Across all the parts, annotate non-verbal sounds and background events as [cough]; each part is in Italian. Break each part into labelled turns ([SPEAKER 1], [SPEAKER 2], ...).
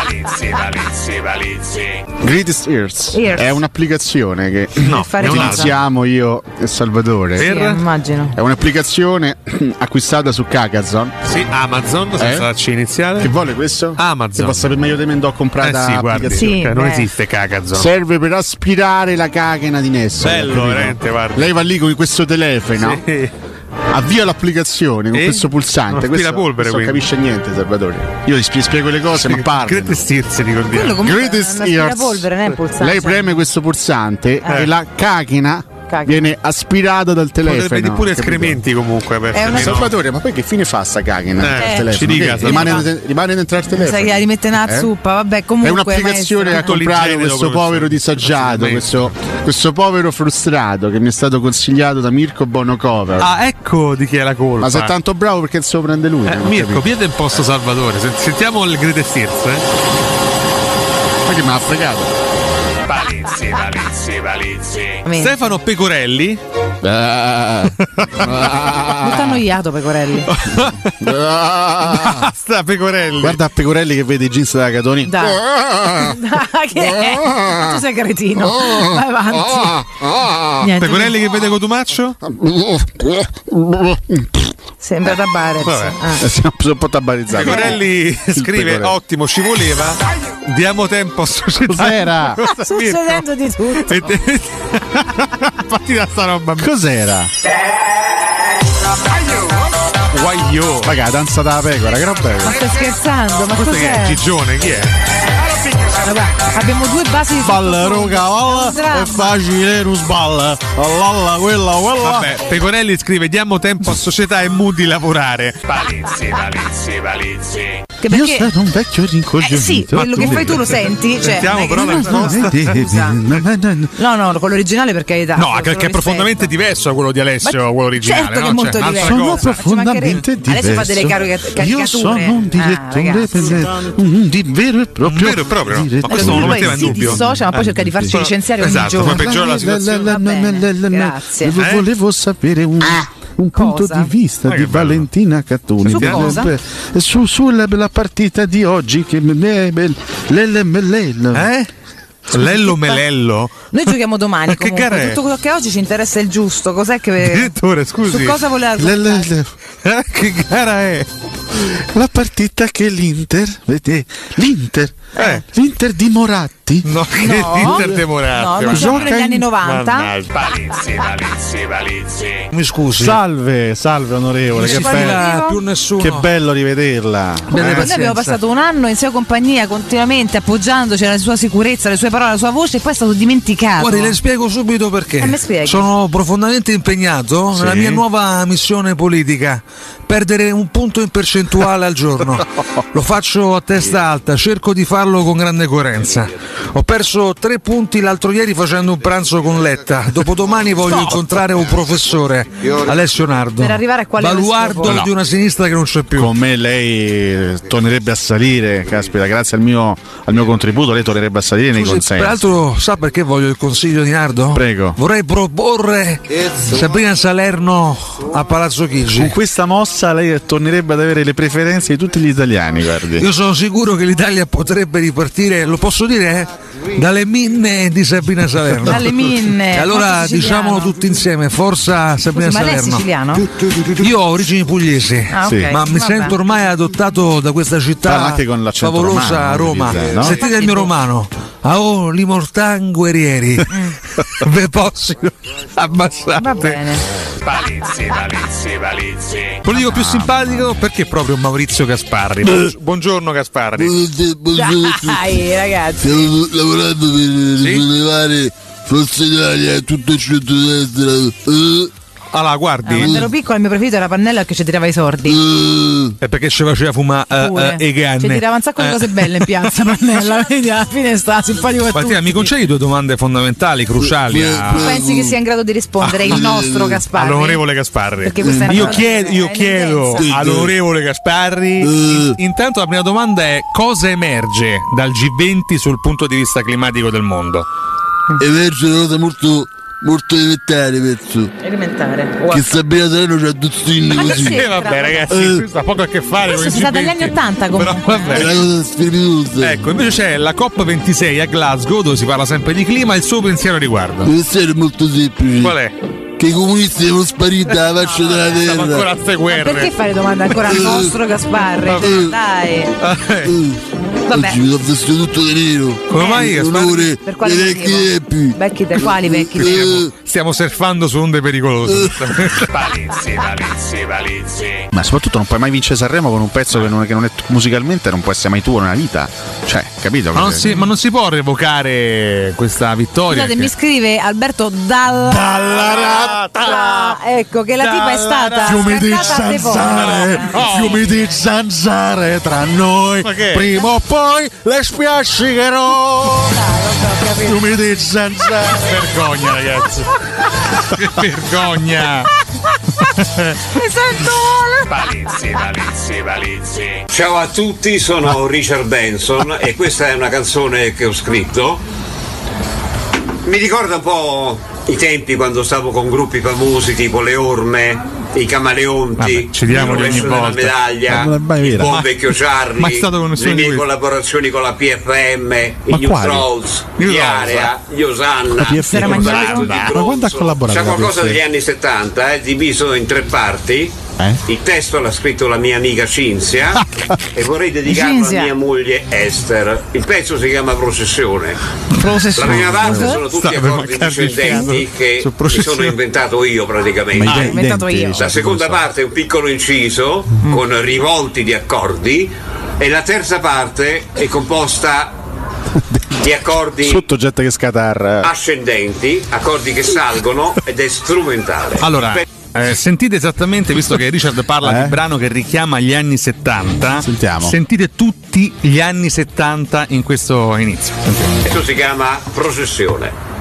[SPEAKER 1] Palizzi, palizzi, palizzi.
[SPEAKER 2] Greatest Earth
[SPEAKER 3] Earth.
[SPEAKER 2] è un'applicazione che
[SPEAKER 1] No,
[SPEAKER 3] fare
[SPEAKER 1] è un
[SPEAKER 3] cosa?
[SPEAKER 2] utilizziamo io e Salvatore.
[SPEAKER 1] Per-
[SPEAKER 3] Sì, immagino.
[SPEAKER 2] È un'applicazione [clears throat] acquistata su Kakazon.
[SPEAKER 1] Sì, Amazon, senza la C iniziale.
[SPEAKER 2] Che vuole questo?
[SPEAKER 1] Amazon.
[SPEAKER 2] Che può sapere meglio di me, andò a comprare
[SPEAKER 1] eh sì, guardi,
[SPEAKER 3] applicazione.
[SPEAKER 1] cioè, non
[SPEAKER 3] Sì, beh.
[SPEAKER 1] esiste Cacazon.
[SPEAKER 2] Serve per aspirare la cacena di Nesso.
[SPEAKER 1] Bello, eh?
[SPEAKER 2] capito?
[SPEAKER 1] veramente, guarda.
[SPEAKER 2] Lei va lì con questo telefono,
[SPEAKER 1] Sì.
[SPEAKER 2] avvia l'applicazione con
[SPEAKER 1] E?
[SPEAKER 2] questo
[SPEAKER 1] Non
[SPEAKER 2] pulsante.
[SPEAKER 1] aspira
[SPEAKER 2] Questo,
[SPEAKER 1] polvere,
[SPEAKER 2] questo non
[SPEAKER 1] quindi.
[SPEAKER 2] capisce niente, Salvatore. Io gli spie- spiego le cose,
[SPEAKER 1] Cioè,
[SPEAKER 2] ma parla.
[SPEAKER 1] Grete Stirzi, ricordiamo.
[SPEAKER 3] Quello comunque
[SPEAKER 2] Greatest
[SPEAKER 3] è un
[SPEAKER 2] Ears.
[SPEAKER 3] aspirapolvere, non è un pulsante.
[SPEAKER 2] Lei preme questo pulsante
[SPEAKER 3] Eh.
[SPEAKER 2] e la cacena
[SPEAKER 3] Cacchina.
[SPEAKER 2] viene aspirata dal telefono.
[SPEAKER 1] Potrebbe di pure
[SPEAKER 2] capito?
[SPEAKER 1] escrementi comunque. Per
[SPEAKER 3] È una-
[SPEAKER 1] almeno-
[SPEAKER 2] Salvatore, ma poi che fine fa sta cacchina?
[SPEAKER 1] Eh,
[SPEAKER 2] al
[SPEAKER 3] ci
[SPEAKER 2] telefono?
[SPEAKER 1] dica,
[SPEAKER 2] Che- rimane,
[SPEAKER 3] Salvatore.
[SPEAKER 2] rimane dentro al telefono.
[SPEAKER 3] Sai che la rimette nella
[SPEAKER 2] Eh?
[SPEAKER 3] zuppa, vabbè, comunque.
[SPEAKER 2] è un'applicazione che ha
[SPEAKER 3] maestro.
[SPEAKER 1] Tutto
[SPEAKER 2] comprato
[SPEAKER 1] l'igiene lo
[SPEAKER 2] questo
[SPEAKER 1] conosco.
[SPEAKER 2] povero disagiato, questo, questo povero frustrato che mi è stato consigliato da Mirko Bonocover.
[SPEAKER 1] Ah, ecco di chi è la colpa.
[SPEAKER 2] ma sei tanto bravo perché se lo prende lui.
[SPEAKER 1] Eh,
[SPEAKER 2] non ho
[SPEAKER 1] Mirko,
[SPEAKER 2] capito.
[SPEAKER 1] piede in posto Salvatore. Sen- Sentiamo il Grete Stirzi. Eh?
[SPEAKER 2] perché mi ha fregato?
[SPEAKER 1] Palizzi, palizzi, palizzi.
[SPEAKER 3] Amen.
[SPEAKER 1] Stefano Pecorelli.
[SPEAKER 2] Ah,
[SPEAKER 3] Molto
[SPEAKER 2] ah,
[SPEAKER 3] annoiato, Pecorelli. [laughs]
[SPEAKER 2] ah.
[SPEAKER 1] [laughs] Basta,
[SPEAKER 2] [laughs]
[SPEAKER 1] Pecorelli.
[SPEAKER 2] Guarda Pecorelli che vede i jeans della Catoni.
[SPEAKER 3] Dai.
[SPEAKER 2] Ah,
[SPEAKER 3] che è? Ma Tu sei cretino.
[SPEAKER 2] Oh.
[SPEAKER 3] Vai avanti.
[SPEAKER 2] [laughs] ah, ah.
[SPEAKER 3] Niente,
[SPEAKER 1] Pecorelli che vede Cotumaccio?
[SPEAKER 2] ah.
[SPEAKER 3] Sembra da Barez.
[SPEAKER 1] Vabbè.
[SPEAKER 2] Eh. [laughs]
[SPEAKER 3] Ah.
[SPEAKER 2] Siamo un po' tabarizzati.
[SPEAKER 1] Pecorelli scrive:
[SPEAKER 2] Pecorelli.
[SPEAKER 1] Ottimo, ci voleva. Diamo tempo a società.
[SPEAKER 3] Esatto.
[SPEAKER 2] Cos'era?
[SPEAKER 1] Cosa,
[SPEAKER 3] Succedendo di tutto.
[SPEAKER 1] [laughs] Mirko? E te- Partita sta roba.
[SPEAKER 2] [laughs] Cos'era?
[SPEAKER 1] Guaglio.
[SPEAKER 2] Raga, la danza della pecora, che roba è?
[SPEAKER 3] Ma stai scherzando? Ma
[SPEAKER 1] Questo che è?
[SPEAKER 3] cos'è?
[SPEAKER 1] Gigione, chi è?
[SPEAKER 3] Vabbè, abbiamo due basi di
[SPEAKER 2] Balla
[SPEAKER 3] sottofondo.
[SPEAKER 2] roca,
[SPEAKER 3] È un dramma.
[SPEAKER 2] balla, è facile, non sballa. Allalla, quella, quella.
[SPEAKER 1] Vabbè, Pecorelli scrive: Diamo tempo a società e mood di lavorare. Palizzi, palizzi, palizzi.
[SPEAKER 3] Che
[SPEAKER 2] Io
[SPEAKER 3] perché?
[SPEAKER 2] sono un vecchio rincoglionito.
[SPEAKER 3] Eh sì, quello che
[SPEAKER 1] tu-
[SPEAKER 3] fai tu lo senti. Cioè,
[SPEAKER 1] Sentiamo
[SPEAKER 3] non è che-
[SPEAKER 1] però la risposta.
[SPEAKER 3] Scusa.
[SPEAKER 2] Scusa.
[SPEAKER 3] No, no, con l'originale per carità.
[SPEAKER 1] No, anche
[SPEAKER 3] te lo
[SPEAKER 1] perché è profondamente diverso da quello di
[SPEAKER 3] Ma
[SPEAKER 1] Alessio, quello originale.
[SPEAKER 3] certo che
[SPEAKER 1] no?
[SPEAKER 3] è molto
[SPEAKER 1] Cioè, un'altra
[SPEAKER 3] diverso.
[SPEAKER 2] Sono
[SPEAKER 1] cosa.
[SPEAKER 2] profondamente
[SPEAKER 3] Ci mancherebbe.
[SPEAKER 2] diverso.
[SPEAKER 3] Adesso fa delle carica- caricature.
[SPEAKER 2] Io sono un
[SPEAKER 3] Ah,
[SPEAKER 2] direttore,
[SPEAKER 3] ragazzi.
[SPEAKER 2] per- un di- vero e proprio.
[SPEAKER 1] Un vero e proprio, ma
[SPEAKER 2] direttore.
[SPEAKER 1] questo non lo
[SPEAKER 3] Lui
[SPEAKER 1] metteva
[SPEAKER 3] poi
[SPEAKER 1] in
[SPEAKER 3] si
[SPEAKER 1] dubbio.
[SPEAKER 3] dissocia, ma poi cerca di farci
[SPEAKER 1] Sono-
[SPEAKER 3] licenziare ogni
[SPEAKER 1] esatto,
[SPEAKER 3] giorno.
[SPEAKER 1] ma peggiora la situazione.
[SPEAKER 3] Va bene, grazie.
[SPEAKER 2] Vo-
[SPEAKER 1] Eh?
[SPEAKER 2] Volevo sapere un, un punto
[SPEAKER 3] Cosa?
[SPEAKER 2] di vista
[SPEAKER 1] Ma che
[SPEAKER 2] di
[SPEAKER 1] bello.
[SPEAKER 2] Valentina Cattoni
[SPEAKER 3] Su
[SPEAKER 2] Per-
[SPEAKER 3] cosa?
[SPEAKER 2] per- su- sulla la partita di oggi che me- me- me- le- le- me- le- le-
[SPEAKER 1] Eh? Lello Melello?
[SPEAKER 3] Noi giochiamo domani.
[SPEAKER 1] Che
[SPEAKER 3] comunque.
[SPEAKER 1] gara è?
[SPEAKER 3] Tutto quello che oggi ci interessa è il giusto. Cos'è che.
[SPEAKER 1] Direttore, scusi.
[SPEAKER 3] Eh. Su cosa voleva
[SPEAKER 2] le- le- le-
[SPEAKER 1] Eh, che gara è?
[SPEAKER 2] la partita che l'Inter vede l'Inter
[SPEAKER 1] Eh.
[SPEAKER 2] l'Inter di Moratti
[SPEAKER 1] No, che
[SPEAKER 3] No.
[SPEAKER 1] Inter
[SPEAKER 3] No,
[SPEAKER 1] Demorati.
[SPEAKER 3] non siamo negli
[SPEAKER 2] Gioca
[SPEAKER 3] anni
[SPEAKER 2] in-
[SPEAKER 3] 90.
[SPEAKER 1] Palizzi, palizzi,
[SPEAKER 4] [laughs]
[SPEAKER 1] palizzi. Mi scusi.
[SPEAKER 2] salve salve onorevole
[SPEAKER 3] si parla più
[SPEAKER 1] nessuno.
[SPEAKER 2] bello rivederla
[SPEAKER 3] Noi abbiamo passato un anno in sua compagnia continuamente appoggiandoci alla sua sicurezza, alle sue parole, alla sua voce e poi è stato dimenticato.
[SPEAKER 4] Guardi, le spiego subito perché.
[SPEAKER 3] Eh, mi spieghi.
[SPEAKER 4] Sono profondamente impegnato nella mia nuova missione politica. Perdere un punto in percentuale al giorno.
[SPEAKER 3] [laughs]
[SPEAKER 4] Lo faccio a testa alta, cerco di farlo con grande coerenza. Ho perso tre punti l'altro ieri facendo un pranzo con Letta. Dopodomani voglio incontrare un professore, Alessio Nardo.
[SPEAKER 3] Per arrivare a quale
[SPEAKER 4] Baluardo
[SPEAKER 3] vescovo?
[SPEAKER 4] di una sinistra che non c'è più.
[SPEAKER 2] con me lei eh, tornerebbe a salire caspita grazie al mio, al mio contributo lei tornerebbe a salire nei
[SPEAKER 4] Scusi,
[SPEAKER 2] consensi
[SPEAKER 4] Peraltro, sa perché voglio il consiglio di Nardo?
[SPEAKER 2] Prego.
[SPEAKER 4] Vorrei proporre Sabrina Salerno a Palazzo
[SPEAKER 2] con
[SPEAKER 4] Chigi.
[SPEAKER 2] questa mossa lei tornerebbe ad avere le preferenze di tutti gli italiani guardi
[SPEAKER 4] Io sono sicuro che l'Italia potrebbe ripartire, lo posso dire, eh? dalle minne di Sabrina Salerno.
[SPEAKER 3] Dalle
[SPEAKER 4] [laughs]
[SPEAKER 3] minne,
[SPEAKER 4] E allora
[SPEAKER 3] molto siciliano.
[SPEAKER 4] diciamolo tutti insieme, forza Sabrina
[SPEAKER 3] Scusi, ma lei è
[SPEAKER 4] Salerno.
[SPEAKER 3] siciliano?
[SPEAKER 4] Io ho origini pugliesi.
[SPEAKER 3] Ah, ok.
[SPEAKER 2] Sì.
[SPEAKER 4] Ma mi
[SPEAKER 3] Vabbè.
[SPEAKER 4] sento ormai adottato da questa
[SPEAKER 2] Parla
[SPEAKER 4] città
[SPEAKER 2] anche con l'accento
[SPEAKER 4] favolosa
[SPEAKER 2] romano,
[SPEAKER 4] Roma.
[SPEAKER 2] quindi, no?
[SPEAKER 4] Sentite il mio romano. Ah, oh, Limortan Guerrieri.
[SPEAKER 3] Mm.
[SPEAKER 4] [laughs] Ve posso
[SPEAKER 3] Va
[SPEAKER 4] ammassate.
[SPEAKER 3] bene.
[SPEAKER 1] Palizzi, palizzi, palizzi. Politico più simpatico perché proprio Maurizio Gasparri. Buongiorno Gasparri.
[SPEAKER 3] Dai, ragazzi.
[SPEAKER 5] Stiamo lavorando per
[SPEAKER 1] Sì.
[SPEAKER 5] sollevare Forza Italia e tutto il centrodestra. Eh,
[SPEAKER 1] Allora,
[SPEAKER 3] Ah, Quando ero
[SPEAKER 1] guardi,
[SPEAKER 3] piccola il mio preferito era Pannella che ci tirava i sordi.
[SPEAKER 5] eh.
[SPEAKER 4] È perché ci faceva fumare eh,
[SPEAKER 1] Eh,
[SPEAKER 3] Pure.
[SPEAKER 4] e
[SPEAKER 3] Ci
[SPEAKER 4] ganne.
[SPEAKER 3] tirava un sacco di cose belle in
[SPEAKER 1] [laughs]
[SPEAKER 3] piazza Pannella, vedi alla fine sta simpatico a tutti.
[SPEAKER 4] Martina, mi concedi due domande fondamentali, cruciali a-
[SPEAKER 3] Pensi che sia in grado di rispondere il nostro Gasparri?
[SPEAKER 1] Ah, all'onorevole Gasparri.
[SPEAKER 3] Perché questa è una
[SPEAKER 4] Io
[SPEAKER 3] cosa-
[SPEAKER 4] chiedo, io
[SPEAKER 3] è Eh.
[SPEAKER 4] chiedo
[SPEAKER 3] un'evidenza.
[SPEAKER 4] all'onorevole Gasparri. in- Intanto la prima domanda è cosa emerge dal G20 sul punto di vista climatico del mondo?
[SPEAKER 5] Emerge una cosa molto Molto elementare, penso.
[SPEAKER 3] Elementare.
[SPEAKER 5] Che Sabina Sereno c'ha Duzzini
[SPEAKER 3] Ma che
[SPEAKER 5] così.
[SPEAKER 3] c'entra? Eh, vabbè,
[SPEAKER 1] ragazzi, questo ha poco a che fare con
[SPEAKER 3] Questo
[SPEAKER 1] i
[SPEAKER 3] è stato negli
[SPEAKER 1] gibbinti.
[SPEAKER 3] anni 80 comunque.
[SPEAKER 1] Vabbè.
[SPEAKER 5] È una cosa spiritosa.
[SPEAKER 1] Ecco, invece c'è la COP26 a Glasgow dove si parla sempre di clima e il suo pensiero riguarda.
[SPEAKER 5] Deve essere molto semplice.
[SPEAKER 1] Qual è?
[SPEAKER 5] Che i comunisti devono sparire dalla faccia della
[SPEAKER 1] Siamo ancora a queste
[SPEAKER 5] terra.
[SPEAKER 3] Ma perché
[SPEAKER 1] guerre.
[SPEAKER 3] fare domande ancora al nostro Gasparri? Cioè, Dai.
[SPEAKER 1] Ah, eh,
[SPEAKER 3] Vabbè.
[SPEAKER 5] Oggi mi sono vestito tutto di nero.
[SPEAKER 1] Come mai
[SPEAKER 6] Eh,
[SPEAKER 5] In
[SPEAKER 1] Gaspar-
[SPEAKER 5] onore
[SPEAKER 3] Per quale
[SPEAKER 5] dei vecchi
[SPEAKER 3] motivo?
[SPEAKER 5] tempi.
[SPEAKER 3] Vecchi te- quali vecchi te-
[SPEAKER 5] Eh,
[SPEAKER 1] stiamo surfando su onde pericolose?
[SPEAKER 2] Ma soprattutto non puoi mai vincere Sanremo con un pezzo che non, che non è musicalmente non può essere mai tuo nella vita. Cioè, capito?
[SPEAKER 1] ma, non si, ma non si può revocare questa vittoria.
[SPEAKER 3] Scusate,
[SPEAKER 1] che-
[SPEAKER 3] mi scrive Alberto Dalla. Ah, ecco che la tipa è stata
[SPEAKER 7] Fiumi di
[SPEAKER 3] scartata a
[SPEAKER 7] zanzare,
[SPEAKER 3] Devona.
[SPEAKER 1] Oh.
[SPEAKER 7] fiumi di zanzare tra noi.
[SPEAKER 1] Ma che?
[SPEAKER 7] Prima o poi le spiascicherò. Fiumi di zanzare.
[SPEAKER 1] Vergogna, ragazzi. che vergogna. Oh.
[SPEAKER 3] Mi sento male.
[SPEAKER 8] Ciao a tutti, sono Richard Benson e questa è una canzone che ho scritto. Mi ricorda un po' i tempi quando stavo con gruppi famosi tipo Le Orme, i Camaleonti,
[SPEAKER 1] Vabbè, ci diamo
[SPEAKER 8] il
[SPEAKER 1] di ogni
[SPEAKER 8] rovescio della
[SPEAKER 1] volta.
[SPEAKER 8] medaglia,
[SPEAKER 7] Ma non è mai
[SPEAKER 8] il
[SPEAKER 7] vera.
[SPEAKER 8] buon
[SPEAKER 1] Ma-
[SPEAKER 8] vecchio Charlie,
[SPEAKER 1] ma è stato con nessuno
[SPEAKER 8] le
[SPEAKER 1] di
[SPEAKER 8] mie
[SPEAKER 1] questi?
[SPEAKER 8] collaborazioni con la PFM, i New
[SPEAKER 7] quali?
[SPEAKER 8] Trolls,
[SPEAKER 1] New
[SPEAKER 8] gli
[SPEAKER 1] Trolls, eh.
[SPEAKER 8] Area, gli Osanna,
[SPEAKER 7] La PFM.
[SPEAKER 8] i Gonzalez
[SPEAKER 3] Ma
[SPEAKER 8] di
[SPEAKER 7] quando ha
[SPEAKER 8] Bronzo.
[SPEAKER 7] collaborato
[SPEAKER 8] C'è
[SPEAKER 7] la
[SPEAKER 8] qualcosa
[SPEAKER 7] PFM?
[SPEAKER 8] degli anni 70, eh, diviso in tre parti.
[SPEAKER 7] Eh?
[SPEAKER 8] Il testo l'ha scritto la mia
[SPEAKER 1] [laughs]
[SPEAKER 8] amica Cinzia e vorrei dedicarlo
[SPEAKER 3] Cinzia.
[SPEAKER 8] a mia moglie Esther. Il pezzo si chiama Processione. La prima parte sono tutti
[SPEAKER 1] Stava per
[SPEAKER 8] accordi
[SPEAKER 1] mancargli il
[SPEAKER 8] discendenti
[SPEAKER 1] fiato su
[SPEAKER 8] che mi sono
[SPEAKER 1] Processione.
[SPEAKER 8] inventato io praticamente.
[SPEAKER 7] i denti-
[SPEAKER 3] inventato
[SPEAKER 7] i denti,
[SPEAKER 3] io.
[SPEAKER 7] diciamo,
[SPEAKER 8] La seconda
[SPEAKER 7] come
[SPEAKER 8] parte è un piccolo inciso
[SPEAKER 1] Mm.
[SPEAKER 8] con rivolti di accordi e la terza parte è composta di
[SPEAKER 2] Cioè,
[SPEAKER 8] accordi
[SPEAKER 2] Sotto gente che scatarra.
[SPEAKER 8] ascendenti, accordi che salgono ed è strumentale.
[SPEAKER 1] Allora,
[SPEAKER 8] Pe-
[SPEAKER 1] eh, sentite esattamente, visto che Richard parla
[SPEAKER 2] Eh?
[SPEAKER 1] di brano che richiama gli anni 70,
[SPEAKER 2] Sentiamo.
[SPEAKER 1] sentite tutti gli anni 70 in questo inizio. Sentite.
[SPEAKER 8] questo si chiama Processione.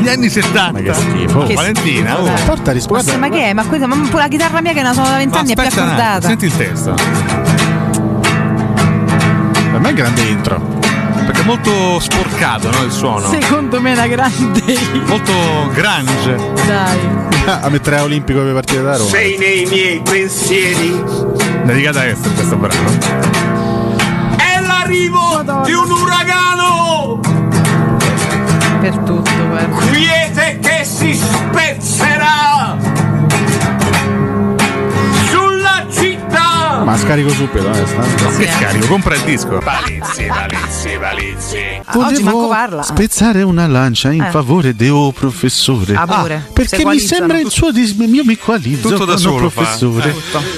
[SPEAKER 1] Gli anni 70.
[SPEAKER 2] che schifo.
[SPEAKER 1] Oh,
[SPEAKER 3] Che
[SPEAKER 1] Valentina, oh.
[SPEAKER 3] schifo, dai.
[SPEAKER 2] Porta risposta.
[SPEAKER 3] Sì, ma che è? Ma, questa, ma la chitarra mia che non sono da
[SPEAKER 1] Ma
[SPEAKER 3] vent'anni è più
[SPEAKER 1] aspetta un attimo,
[SPEAKER 3] accordata.
[SPEAKER 1] senti il testo.
[SPEAKER 2] Per me è grande intro.
[SPEAKER 1] Perché è molto sporcato no, il suono.
[SPEAKER 3] Secondo me è una grande.
[SPEAKER 1] Molto grunge.
[SPEAKER 3] Dai.
[SPEAKER 2] a mettere a Olimpico per partire da Roma.
[SPEAKER 8] Sei nei miei pensieri
[SPEAKER 1] Dedicata a Esther questo brano.
[SPEAKER 8] è l'arrivo di un uragano
[SPEAKER 3] Per tutto, eh. guarda.
[SPEAKER 8] quiete che si spezzerà sulla città.
[SPEAKER 2] Ma scarico subito, eh. sta-
[SPEAKER 1] Che
[SPEAKER 3] eh.
[SPEAKER 1] scarico, compra il disco. [laughs]
[SPEAKER 3] Oggi
[SPEAKER 2] Potevo
[SPEAKER 3] Ah, manco parla.
[SPEAKER 2] Spezzare una lancia in
[SPEAKER 3] Eh.
[SPEAKER 2] favore de O professore.
[SPEAKER 3] Ah, pure. Si
[SPEAKER 2] perché mi
[SPEAKER 3] equalizzano.
[SPEAKER 2] sembra il suo dis- io mi equalizzo
[SPEAKER 1] Tutto da
[SPEAKER 2] con
[SPEAKER 1] solo fa. eh,
[SPEAKER 2] professore.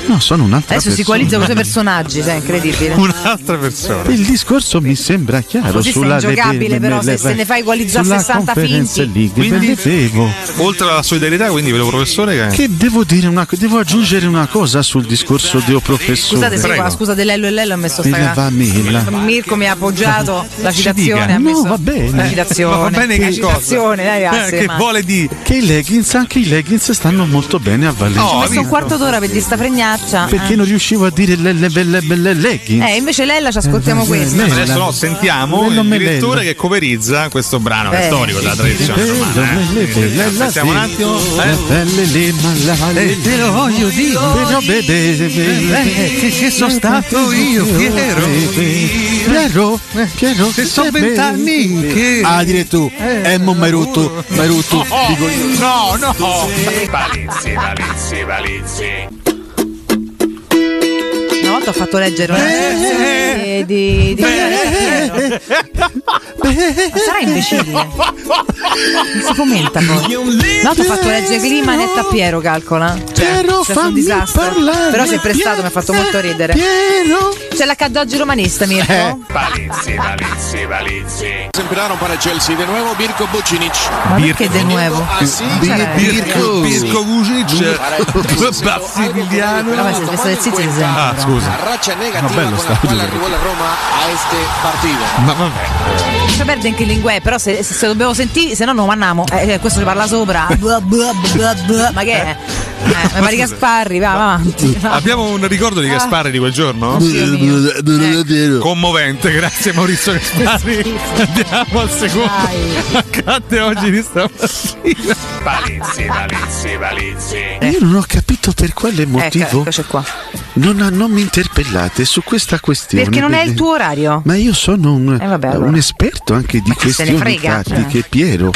[SPEAKER 2] No, sono un'altra
[SPEAKER 3] Adesso si
[SPEAKER 2] persona.
[SPEAKER 3] equalizza con i suoi personaggi, cioè, incredibile.
[SPEAKER 1] Un'altra persona.
[SPEAKER 2] Il discorso mi sembra chiaro
[SPEAKER 3] Così sei
[SPEAKER 2] sulla
[SPEAKER 3] ingiocabile, però, se- se ne fai equalizzare 60 finti.
[SPEAKER 2] Quindi
[SPEAKER 1] Quindi- Oltre alla solidarietà, quindi vedo professore che.
[SPEAKER 2] che devo dire una co- devo aggiungere una cosa sul discorso di O professore.
[SPEAKER 3] Scusate se
[SPEAKER 1] Prego.
[SPEAKER 3] qua, scusa dell'ello e Lello ha messo
[SPEAKER 2] E la
[SPEAKER 3] sta
[SPEAKER 2] Vamela.
[SPEAKER 3] Mirko mi ha appoggiato la
[SPEAKER 1] Ci
[SPEAKER 3] citazione,
[SPEAKER 1] dica.
[SPEAKER 3] ha
[SPEAKER 2] No,
[SPEAKER 3] messo
[SPEAKER 2] va bene.
[SPEAKER 3] la
[SPEAKER 1] Ma
[SPEAKER 3] citazione.
[SPEAKER 1] va bene
[SPEAKER 3] la
[SPEAKER 1] che cosa?
[SPEAKER 3] citazione, dai,
[SPEAKER 1] Eh,
[SPEAKER 3] grazie,
[SPEAKER 1] che
[SPEAKER 3] ma-
[SPEAKER 1] vuole di.
[SPEAKER 2] Che i leggings, anche i leggings stanno molto bene a Valencia.
[SPEAKER 1] Oh,
[SPEAKER 3] Ho messo un quarto d'ora per dire sta fregnaccia.
[SPEAKER 2] Perché
[SPEAKER 3] eh.
[SPEAKER 2] non riuscivo a dire le, le, belle belle leggings?
[SPEAKER 3] Eh, invece Lella ci ascoltiamo
[SPEAKER 2] Eh,
[SPEAKER 3] questa.
[SPEAKER 2] eh,
[SPEAKER 1] Adesso
[SPEAKER 2] la-
[SPEAKER 1] no, sentiamo
[SPEAKER 2] Bello
[SPEAKER 1] il
[SPEAKER 2] me
[SPEAKER 1] direttore
[SPEAKER 2] bello.
[SPEAKER 1] che coverizza questo brano che è
[SPEAKER 3] Eh.
[SPEAKER 1] storico della tradizione
[SPEAKER 2] Bello,
[SPEAKER 1] romana.
[SPEAKER 2] belle, bella,
[SPEAKER 1] eh. Sentiamo un
[SPEAKER 2] sì.
[SPEAKER 1] attimo.
[SPEAKER 2] Le
[SPEAKER 1] eh.
[SPEAKER 2] belle le malale.
[SPEAKER 4] E Eh, te lo voglio dire.
[SPEAKER 2] Però bebe,
[SPEAKER 4] Eh, che, che sono stato io, Piero. eh,
[SPEAKER 2] Piero, Piero,
[SPEAKER 4] Che sono vent'anni che.
[SPEAKER 7] Ah, dire tu. Eh, mo m'hai rotto, m'hai rotto.
[SPEAKER 3] Oh,
[SPEAKER 7] Dico io.
[SPEAKER 1] Eh. No, no. eh.
[SPEAKER 3] Una volta ho fatto leggere una canzone di, di, di-
[SPEAKER 1] eh,
[SPEAKER 3] Ma sarà imbecille.
[SPEAKER 1] [laughs]
[SPEAKER 3] Non si commenta poi. Una volta ho fatto leggere Clima netta a Piero, calcola. Cioè,
[SPEAKER 2] Piero,
[SPEAKER 3] è stato un
[SPEAKER 2] fammi
[SPEAKER 3] disastro.
[SPEAKER 2] parlare.
[SPEAKER 3] Però si è prestato, mi ha fatto molto ridere. Eh.
[SPEAKER 2] Piero.
[SPEAKER 3] C'è l'accaddaggio romanista, Mirko.
[SPEAKER 9] Sembraron para Chelsea. De nuevo Mirko Bucinic. Ah,
[SPEAKER 3] Ma perché de nuovo?
[SPEAKER 9] Así.
[SPEAKER 3] Cioè,
[SPEAKER 1] Pirco, Pirco Vucic, Bassigliano.
[SPEAKER 3] Vabbè, se se- se- se- se- se-
[SPEAKER 1] Ah, scusa.
[SPEAKER 9] La racha negativa
[SPEAKER 2] bello
[SPEAKER 9] con
[SPEAKER 2] sta
[SPEAKER 9] la cual
[SPEAKER 2] audio.
[SPEAKER 9] arribó la Roma a este partido.
[SPEAKER 1] Ma vabbè.
[SPEAKER 3] lascia perdere Cioè, in che lingua è, però se, se, se dobbiamo sentire, se no non andiamo. Eh, eh, questo ci parla sopra. Bua, bua, bua, bua. Ma che è? Eh, ma pari Gasparri, va, va avanti. va.
[SPEAKER 1] Abbiamo un ricordo di Gasparri di quel giorno?
[SPEAKER 3] Oddio oh, mio. Eh.
[SPEAKER 1] Commovente, grazie Maurizio Gasparri. Andiamo al secondo. Accadde oggi di stamattina.
[SPEAKER 9] Palizzi, palizzi, palizzi.
[SPEAKER 3] Eh.
[SPEAKER 6] Io non ho capito per quale motivo.
[SPEAKER 3] Ecco, eccoci qua.
[SPEAKER 6] Non, non mi interpellate su questa questione.
[SPEAKER 3] Perché non è il
[SPEAKER 6] Perché-
[SPEAKER 3] tuo orario.
[SPEAKER 6] Ma io sono un,
[SPEAKER 3] Eh, vabbè, allora.
[SPEAKER 6] un esperto anche di
[SPEAKER 3] chi se ne
[SPEAKER 6] questioni
[SPEAKER 3] frega?
[SPEAKER 6] tattiche, Piero.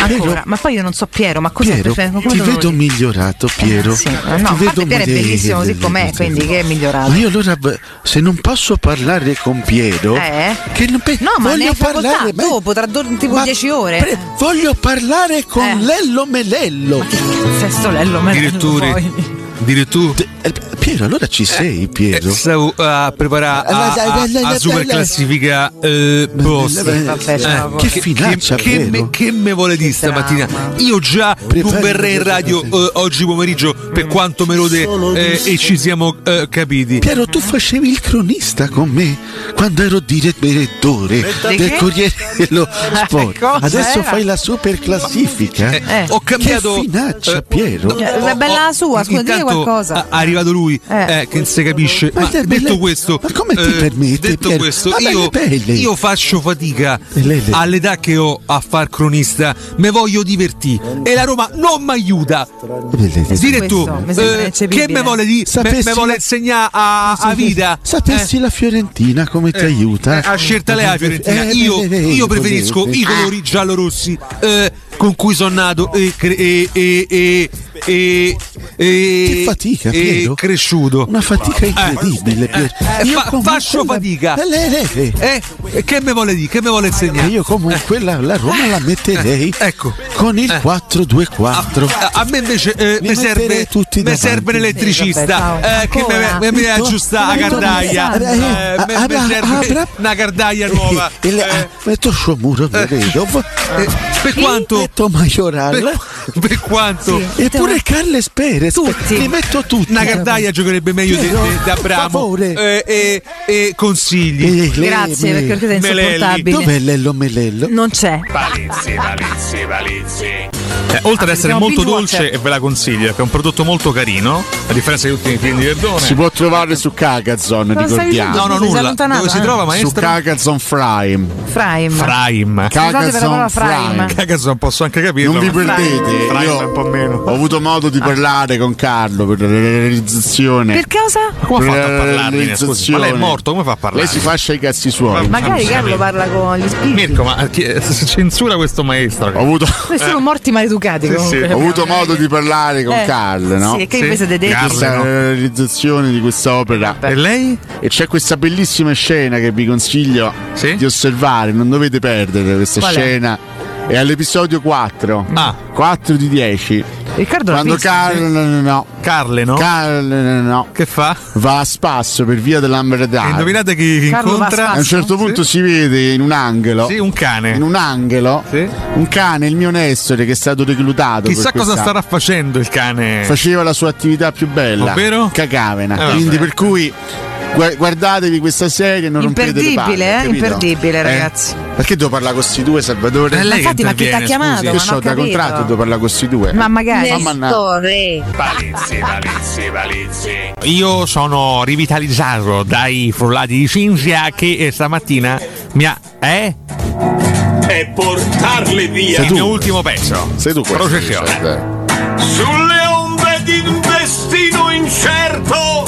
[SPEAKER 3] Ancora. Ma poi io non so Piero, ma cos'è
[SPEAKER 6] Piero,
[SPEAKER 3] per- ma come
[SPEAKER 6] ti
[SPEAKER 3] lo-
[SPEAKER 6] vedo migliorato, Piero.
[SPEAKER 3] Sì, eh, no,
[SPEAKER 6] ti
[SPEAKER 3] a parte
[SPEAKER 6] vedo
[SPEAKER 3] Piero è
[SPEAKER 6] mode-
[SPEAKER 3] bellissimo così com'è, quindi che è migliorato.
[SPEAKER 6] Ma io allora, beh, se non posso parlare con Piero,
[SPEAKER 3] Eh?
[SPEAKER 6] che non pe-
[SPEAKER 3] No, ma ne
[SPEAKER 6] voglio
[SPEAKER 3] hai facoltà
[SPEAKER 6] parlare, ma-
[SPEAKER 3] dopo, tra do- tipo
[SPEAKER 6] ma
[SPEAKER 3] 10 ore.
[SPEAKER 6] pre- voglio parlare con
[SPEAKER 3] Eh.
[SPEAKER 6] Lello Melello.
[SPEAKER 2] Eh.
[SPEAKER 3] Sestolello, me ne
[SPEAKER 1] Addirittura. Addirittura.
[SPEAKER 6] D- eh, Piero, allora ci sei, Piero?
[SPEAKER 1] Eh,
[SPEAKER 3] Eh,
[SPEAKER 1] Stavo a preparare a, a, a super classifica eh, post.
[SPEAKER 3] Vabbè, ciao.
[SPEAKER 6] Eh, che finaccia,
[SPEAKER 1] che,
[SPEAKER 6] Piero.
[SPEAKER 1] me, che me vuole dire stamattina?
[SPEAKER 3] dramma.
[SPEAKER 1] Io già non
[SPEAKER 6] Preparati,
[SPEAKER 1] verrei in radio eh, oggi pomeriggio
[SPEAKER 6] Mm.
[SPEAKER 1] per quanto me lo de eh, e ci siamo eh, capiti.
[SPEAKER 6] Piero, tu facevi il cronista con me quando ero direttore del
[SPEAKER 3] che? Ah,
[SPEAKER 6] Corriere
[SPEAKER 3] [laughs]
[SPEAKER 6] dello Sport.
[SPEAKER 3] cosa
[SPEAKER 6] Adesso
[SPEAKER 3] era?
[SPEAKER 6] fai la super classifica.
[SPEAKER 1] Eh, Ho cambiato
[SPEAKER 6] Che finaccia,
[SPEAKER 1] eh,
[SPEAKER 6] Piero.
[SPEAKER 1] no,
[SPEAKER 3] Cioè,
[SPEAKER 1] ho-
[SPEAKER 3] è bella
[SPEAKER 1] ho-
[SPEAKER 3] la sua, scusa,
[SPEAKER 1] oh, intanto ah,
[SPEAKER 3] dille qualcosa.
[SPEAKER 1] È arrivato lui
[SPEAKER 3] Eh.
[SPEAKER 1] eh, che non si capisce.
[SPEAKER 6] Ma
[SPEAKER 1] Ma
[SPEAKER 6] te-
[SPEAKER 1] detto
[SPEAKER 6] lei-
[SPEAKER 1] questo,
[SPEAKER 6] ma come ti
[SPEAKER 1] eh,
[SPEAKER 6] permette,
[SPEAKER 1] Detto
[SPEAKER 6] Piero?
[SPEAKER 1] questo,
[SPEAKER 6] Ma
[SPEAKER 1] io,
[SPEAKER 6] belle, belle.
[SPEAKER 1] io faccio fatica
[SPEAKER 6] Belle, belle.
[SPEAKER 1] all'età che ho a far cronista, me voglio divertire e la Roma non mi aiuta.
[SPEAKER 3] eh,
[SPEAKER 6] Eh,
[SPEAKER 1] Dire tu,
[SPEAKER 3] Questo mi sembra
[SPEAKER 1] eh,
[SPEAKER 3] ineccepibile.
[SPEAKER 1] che me vuole dire? Me-
[SPEAKER 6] Sapessi
[SPEAKER 1] Me vuole
[SPEAKER 6] la-
[SPEAKER 1] insegnare a, a vita.
[SPEAKER 6] Sapessi la Fiorentina come ti
[SPEAKER 1] Eh,
[SPEAKER 6] aiuta?
[SPEAKER 1] eh, a scelta lei la Fiorentina.
[SPEAKER 6] Eh,
[SPEAKER 1] io,
[SPEAKER 6] eh, eh,
[SPEAKER 1] io
[SPEAKER 6] eh,
[SPEAKER 1] preferisco
[SPEAKER 6] eh,
[SPEAKER 1] i colori giallo-rossi eh, con cui sono nato e, cre- e, e, e, e, e-
[SPEAKER 6] Che fatica,
[SPEAKER 1] e
[SPEAKER 6] Piero.
[SPEAKER 1] cresciuto.
[SPEAKER 6] Una fatica incredibile. Piero.
[SPEAKER 1] Eh, fa-
[SPEAKER 6] comunque
[SPEAKER 1] faccio
[SPEAKER 6] la-
[SPEAKER 1] fatica.
[SPEAKER 6] Eh, eh, eh, eh.
[SPEAKER 1] Eh, e che me vuole dire? Che me vuole
[SPEAKER 6] E
[SPEAKER 1] insegnare?
[SPEAKER 6] io comunque la, la Roma la metterei
[SPEAKER 1] Eh, ecco.
[SPEAKER 6] con il
[SPEAKER 1] Eh. A,
[SPEAKER 6] 4-2-4.
[SPEAKER 1] a- a me invece eh,
[SPEAKER 6] Mi
[SPEAKER 1] mi,
[SPEAKER 6] metterei
[SPEAKER 1] serve,
[SPEAKER 6] tutti
[SPEAKER 1] mi
[SPEAKER 6] davanti.
[SPEAKER 1] serve un elettricista
[SPEAKER 3] Eh, vabbè, ciao.
[SPEAKER 1] eh, che
[SPEAKER 3] Ancora?
[SPEAKER 1] mi- mi mi aggiusta la
[SPEAKER 6] Vittorio
[SPEAKER 1] cardaglia.
[SPEAKER 6] Alessandro.
[SPEAKER 1] Eh, mi-
[SPEAKER 6] Abra-
[SPEAKER 1] Mi serve
[SPEAKER 6] abra-
[SPEAKER 1] una cardaglia
[SPEAKER 6] [laughs]
[SPEAKER 1] nuova.
[SPEAKER 6] E le-
[SPEAKER 1] Eh,
[SPEAKER 6] ah, metto suo muro vedo.
[SPEAKER 1] eh, per quanto Eh.
[SPEAKER 6] Metto Majoral.
[SPEAKER 1] per, per quanto
[SPEAKER 6] Eppure Carles Perez.
[SPEAKER 3] Tutti.
[SPEAKER 6] Li metto tutti.
[SPEAKER 1] una Nagardaglia giocherebbe meglio di,
[SPEAKER 6] Piero,
[SPEAKER 1] di, di Abramo eh,
[SPEAKER 6] per favore.
[SPEAKER 1] e consigli
[SPEAKER 6] Eh, le-
[SPEAKER 3] Grazie
[SPEAKER 6] me-
[SPEAKER 3] perché sei
[SPEAKER 1] Melelli.
[SPEAKER 3] insopportabile.
[SPEAKER 6] Dov'è Lello Melello?
[SPEAKER 3] Non c'è.
[SPEAKER 9] Palizzi, palizzi, palizzi.
[SPEAKER 1] Eh, oltre ad essere
[SPEAKER 3] siamo
[SPEAKER 1] molto
[SPEAKER 3] più
[SPEAKER 1] dolce
[SPEAKER 3] dolce.
[SPEAKER 1] e ve la consiglio che è un prodotto molto carino a differenza di tutti i clienti del Done
[SPEAKER 2] Si può trovare su Cagazon,
[SPEAKER 3] Cosa stai
[SPEAKER 2] ricordiamo.
[SPEAKER 3] dicendo?
[SPEAKER 1] no no
[SPEAKER 3] Sei
[SPEAKER 1] nulla
[SPEAKER 3] allontanato,
[SPEAKER 1] dove si
[SPEAKER 3] eh?
[SPEAKER 1] trova
[SPEAKER 2] Su
[SPEAKER 1] maestro?
[SPEAKER 2] Cagazon Frame.
[SPEAKER 3] Frame.
[SPEAKER 1] Prime
[SPEAKER 3] Scusate per la parola
[SPEAKER 2] Cagazon
[SPEAKER 3] frame.
[SPEAKER 2] Frame.
[SPEAKER 1] Cagazzo posso anche capirlo
[SPEAKER 2] Non vi
[SPEAKER 1] ma-
[SPEAKER 2] perdete,
[SPEAKER 1] Frame
[SPEAKER 2] io
[SPEAKER 1] un po' meno.
[SPEAKER 2] ho avuto modo
[SPEAKER 3] Ah.
[SPEAKER 2] di parlare con Carlo per la realizzazione.
[SPEAKER 3] Per cosa?
[SPEAKER 1] come ha fatto a parlarne scusi ma lei
[SPEAKER 2] Realizzazione.
[SPEAKER 1] è morto come fa a parlare
[SPEAKER 2] Lei si fascia i cazzi suoi.
[SPEAKER 3] Magari Carlo parla con gli spiriti.
[SPEAKER 1] Mirko ma chi- censura questo maestro
[SPEAKER 2] Ho avuto,
[SPEAKER 3] Questi sono morti maleducati. comunque.
[SPEAKER 2] ho avuto modo di parlare con
[SPEAKER 3] Eh,
[SPEAKER 2] Carlo, no?
[SPEAKER 3] Sì, che
[SPEAKER 1] Eh, Sì.
[SPEAKER 3] invece siete dei
[SPEAKER 1] Carlo.
[SPEAKER 2] Questa è la realizzazione di questa opera.
[SPEAKER 1] e lei?
[SPEAKER 2] E c'è questa bellissima scena che vi consiglio
[SPEAKER 1] Sì?
[SPEAKER 2] di osservare, non dovete perdere questa
[SPEAKER 3] Qual è?
[SPEAKER 2] scena. È all'episodio 4.
[SPEAKER 1] Ah.
[SPEAKER 2] 4 di 10.
[SPEAKER 1] Eh,
[SPEAKER 3] Riccardo l'ha
[SPEAKER 2] Quando
[SPEAKER 3] visto?
[SPEAKER 2] Carlo no, no,
[SPEAKER 1] Carle no?
[SPEAKER 2] Carlo no, no,
[SPEAKER 1] che fa?
[SPEAKER 2] va a spasso per via
[SPEAKER 1] E
[SPEAKER 2] dell'Amberdale. A
[SPEAKER 1] indovinate chi chi
[SPEAKER 3] Carlo va a
[SPEAKER 1] incontra?
[SPEAKER 2] un certo punto si vede in un angolo.
[SPEAKER 1] Sì, un cane.
[SPEAKER 2] In un angolo,
[SPEAKER 1] Sì.
[SPEAKER 2] un cane, il mio Nestore, che è stato reclutato.
[SPEAKER 1] Chissà
[SPEAKER 2] per
[SPEAKER 1] cosa
[SPEAKER 2] questa-
[SPEAKER 1] starà facendo il cane.
[SPEAKER 2] Faceva la sua attività più bella,
[SPEAKER 1] Eh. Ovvero? Eh,
[SPEAKER 2] Cacavena.
[SPEAKER 1] vabbè.
[SPEAKER 2] Quindi, per cui gua- guardatevi questa serie e non rompete le palle,
[SPEAKER 3] Imperdibile, eh?
[SPEAKER 2] capito?
[SPEAKER 3] Imperdibile,
[SPEAKER 2] Eh?
[SPEAKER 3] ragazzi.
[SPEAKER 2] Perché devo parlare con questi due, Salvatore?
[SPEAKER 1] Eh, lei
[SPEAKER 3] Ma
[SPEAKER 1] che
[SPEAKER 3] infatti, ma chi ti ha
[SPEAKER 1] interviene,
[SPEAKER 3] chiamato?
[SPEAKER 1] scusi?
[SPEAKER 3] Ma
[SPEAKER 2] Io
[SPEAKER 3] non ho
[SPEAKER 2] sono da
[SPEAKER 3] capito.
[SPEAKER 2] contratto, devo parlare con questi due.
[SPEAKER 3] Ma magari.
[SPEAKER 2] Mamma mia.
[SPEAKER 9] Palizzi, palizzi, palizzi.
[SPEAKER 1] Io sono rivitalizzato dai frullati di Cinzia che eh, stamattina mi ha. Eh?
[SPEAKER 10] E portarle via
[SPEAKER 1] il mio ultimo pezzo.
[SPEAKER 2] Sei tu questo, certo.
[SPEAKER 1] Processione.
[SPEAKER 2] Richard.
[SPEAKER 10] sulle onde di un destino incerto,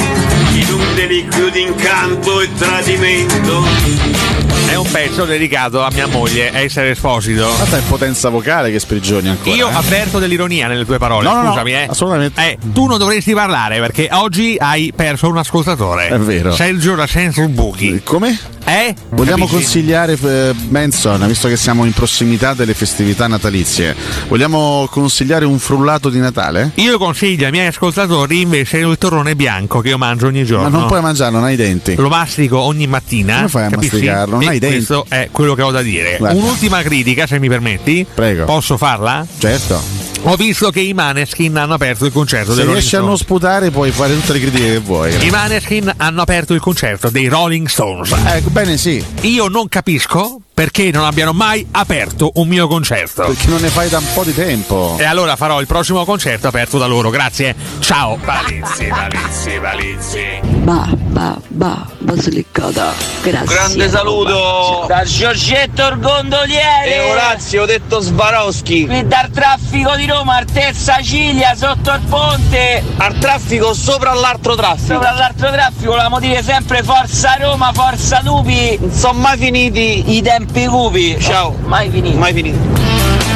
[SPEAKER 10] in un deliquio d'incanto e tradimento.
[SPEAKER 1] È un pezzo dedicato a mia moglie, essere esposito.
[SPEAKER 2] Quanta impotenza vocale che sprigioni ancora.
[SPEAKER 1] Io
[SPEAKER 2] eh?
[SPEAKER 1] avverto dell'ironia nelle tue parole,
[SPEAKER 2] No, no, no,
[SPEAKER 1] scusami, eh.
[SPEAKER 2] assolutamente.
[SPEAKER 1] Eh, tu non dovresti parlare perché oggi hai perso un ascoltatore.
[SPEAKER 2] È vero.
[SPEAKER 1] Sergio da Senso Buchi.
[SPEAKER 2] Eh, Come?
[SPEAKER 1] Eh?
[SPEAKER 2] Vogliamo
[SPEAKER 1] Capisci?
[SPEAKER 2] consigliare eh, Benson, visto che siamo in prossimità delle festività natalizie, vogliamo consigliare un frullato di Natale?
[SPEAKER 1] Io consiglio ai miei ascoltatori invece il torrone bianco che io mangio ogni
[SPEAKER 2] Ma
[SPEAKER 1] giorno.
[SPEAKER 2] non puoi mangiarlo, non hai i denti.
[SPEAKER 1] Lo mastico ogni mattina.
[SPEAKER 2] Come fai a
[SPEAKER 1] capisci?
[SPEAKER 2] masticarlo? Non
[SPEAKER 1] E
[SPEAKER 2] hai denti.
[SPEAKER 1] Questo è quello che ho da dire.
[SPEAKER 2] Guarda.
[SPEAKER 1] Un'ultima critica, se mi permetti.
[SPEAKER 2] Prego.
[SPEAKER 1] Posso farla?
[SPEAKER 2] Certo.
[SPEAKER 1] Ho visto che i Maneskin hanno aperto il concerto
[SPEAKER 2] Se
[SPEAKER 1] dei Rolling
[SPEAKER 2] riesci a non
[SPEAKER 1] Stones.
[SPEAKER 2] sputare puoi fare tutte le critiche che vuoi.
[SPEAKER 1] I Maneskin hanno aperto il concerto dei Rolling Stones.
[SPEAKER 2] Ecco, bene sì.
[SPEAKER 1] Io non capisco perché non abbiano mai aperto un mio concerto.
[SPEAKER 6] Perché non ne fai da un po' di tempo.
[SPEAKER 1] E allora farò il prossimo concerto aperto da loro. Grazie. Ciao. Palizzi,
[SPEAKER 9] palizzi, palizzi.
[SPEAKER 11] Ba, ba, ba, basilicata. Grazie.
[SPEAKER 12] Grande saluto da Giorgetto Orgondolieri e Eh, Orazio detto Sbaroschi. Eh, Dal traffico di Roma, Artezza Ciglia, sotto il ponte. Al traffico sopra l'altro traffico. Sopra l'altro traffico, volevamo dire sempre forza Roma, forza Lupi. Non sono mai finiti i tempi cupi. Ciao. mai finiti. Mai finiti.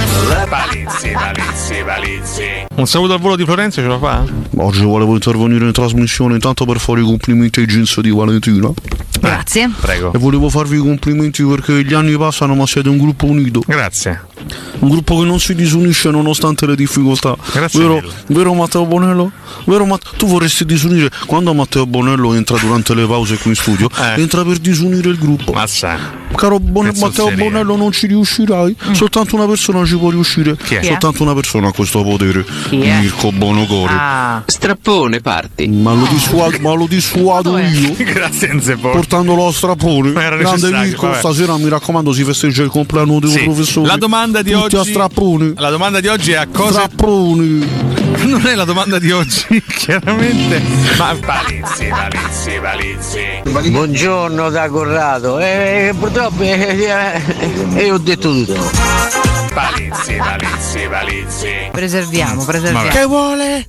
[SPEAKER 9] Palizzi, palizzi, palizzi.
[SPEAKER 1] Un saluto al volo di Florenzo ce la fa?
[SPEAKER 6] Oggi volevo intervenire in trasmissione intanto per fare i complimenti ai jeans di Valentina.
[SPEAKER 3] Grazie.
[SPEAKER 1] Prego.
[SPEAKER 6] E volevo farvi i complimenti perché gli anni passano ma siete un gruppo unito.
[SPEAKER 1] Grazie.
[SPEAKER 6] Un gruppo che non si disunisce nonostante le difficoltà.
[SPEAKER 1] Grazie
[SPEAKER 6] Vero,
[SPEAKER 1] mille.
[SPEAKER 6] vero Matteo Bonello? Vero Matt- tu vorresti disunire. Quando Matteo Bonello entra durante le pause qui in studio,
[SPEAKER 1] Eh.
[SPEAKER 6] entra per disunire il gruppo.
[SPEAKER 1] Massa.
[SPEAKER 6] Caro Bon-
[SPEAKER 1] Che
[SPEAKER 6] Matteo
[SPEAKER 1] zozzeria. Mm.
[SPEAKER 6] Bonello non ci riuscirai. Soltanto una persona ci può riuscire.
[SPEAKER 1] è?
[SPEAKER 6] Soltanto una persona ha questo potere.
[SPEAKER 3] Chi è?
[SPEAKER 9] Oh,
[SPEAKER 6] Mirko Bonocore.
[SPEAKER 3] Ah.
[SPEAKER 12] Strappone parti.
[SPEAKER 6] Ma lo, dissuado, ma lo dissuado io
[SPEAKER 1] [laughs] Grazie Enzepo.
[SPEAKER 6] portandolo a strappone.
[SPEAKER 1] Ma era
[SPEAKER 6] Grande
[SPEAKER 1] necessario,
[SPEAKER 6] Mirko,
[SPEAKER 1] vabbè.
[SPEAKER 6] stasera mi raccomando, si festeggia il compleanno del
[SPEAKER 1] Sì.
[SPEAKER 6] professore.
[SPEAKER 1] La domanda di
[SPEAKER 6] Tutti a
[SPEAKER 1] oggi-
[SPEAKER 6] strappone.
[SPEAKER 1] La domanda di oggi è a cosa
[SPEAKER 6] Strappone.
[SPEAKER 1] [laughs] non è la domanda di oggi, [laughs] chiaramente. Ma
[SPEAKER 9] Palizzi, palizzi, palizzi.
[SPEAKER 12] Buongiorno da Corrado. Eh, purtroppo eh, eh, io ho detto tutto.
[SPEAKER 9] Palizzi, palizzi, palizzi.
[SPEAKER 3] Preserviamo, preserviamo.
[SPEAKER 1] Vabbè.
[SPEAKER 7] Che vuole?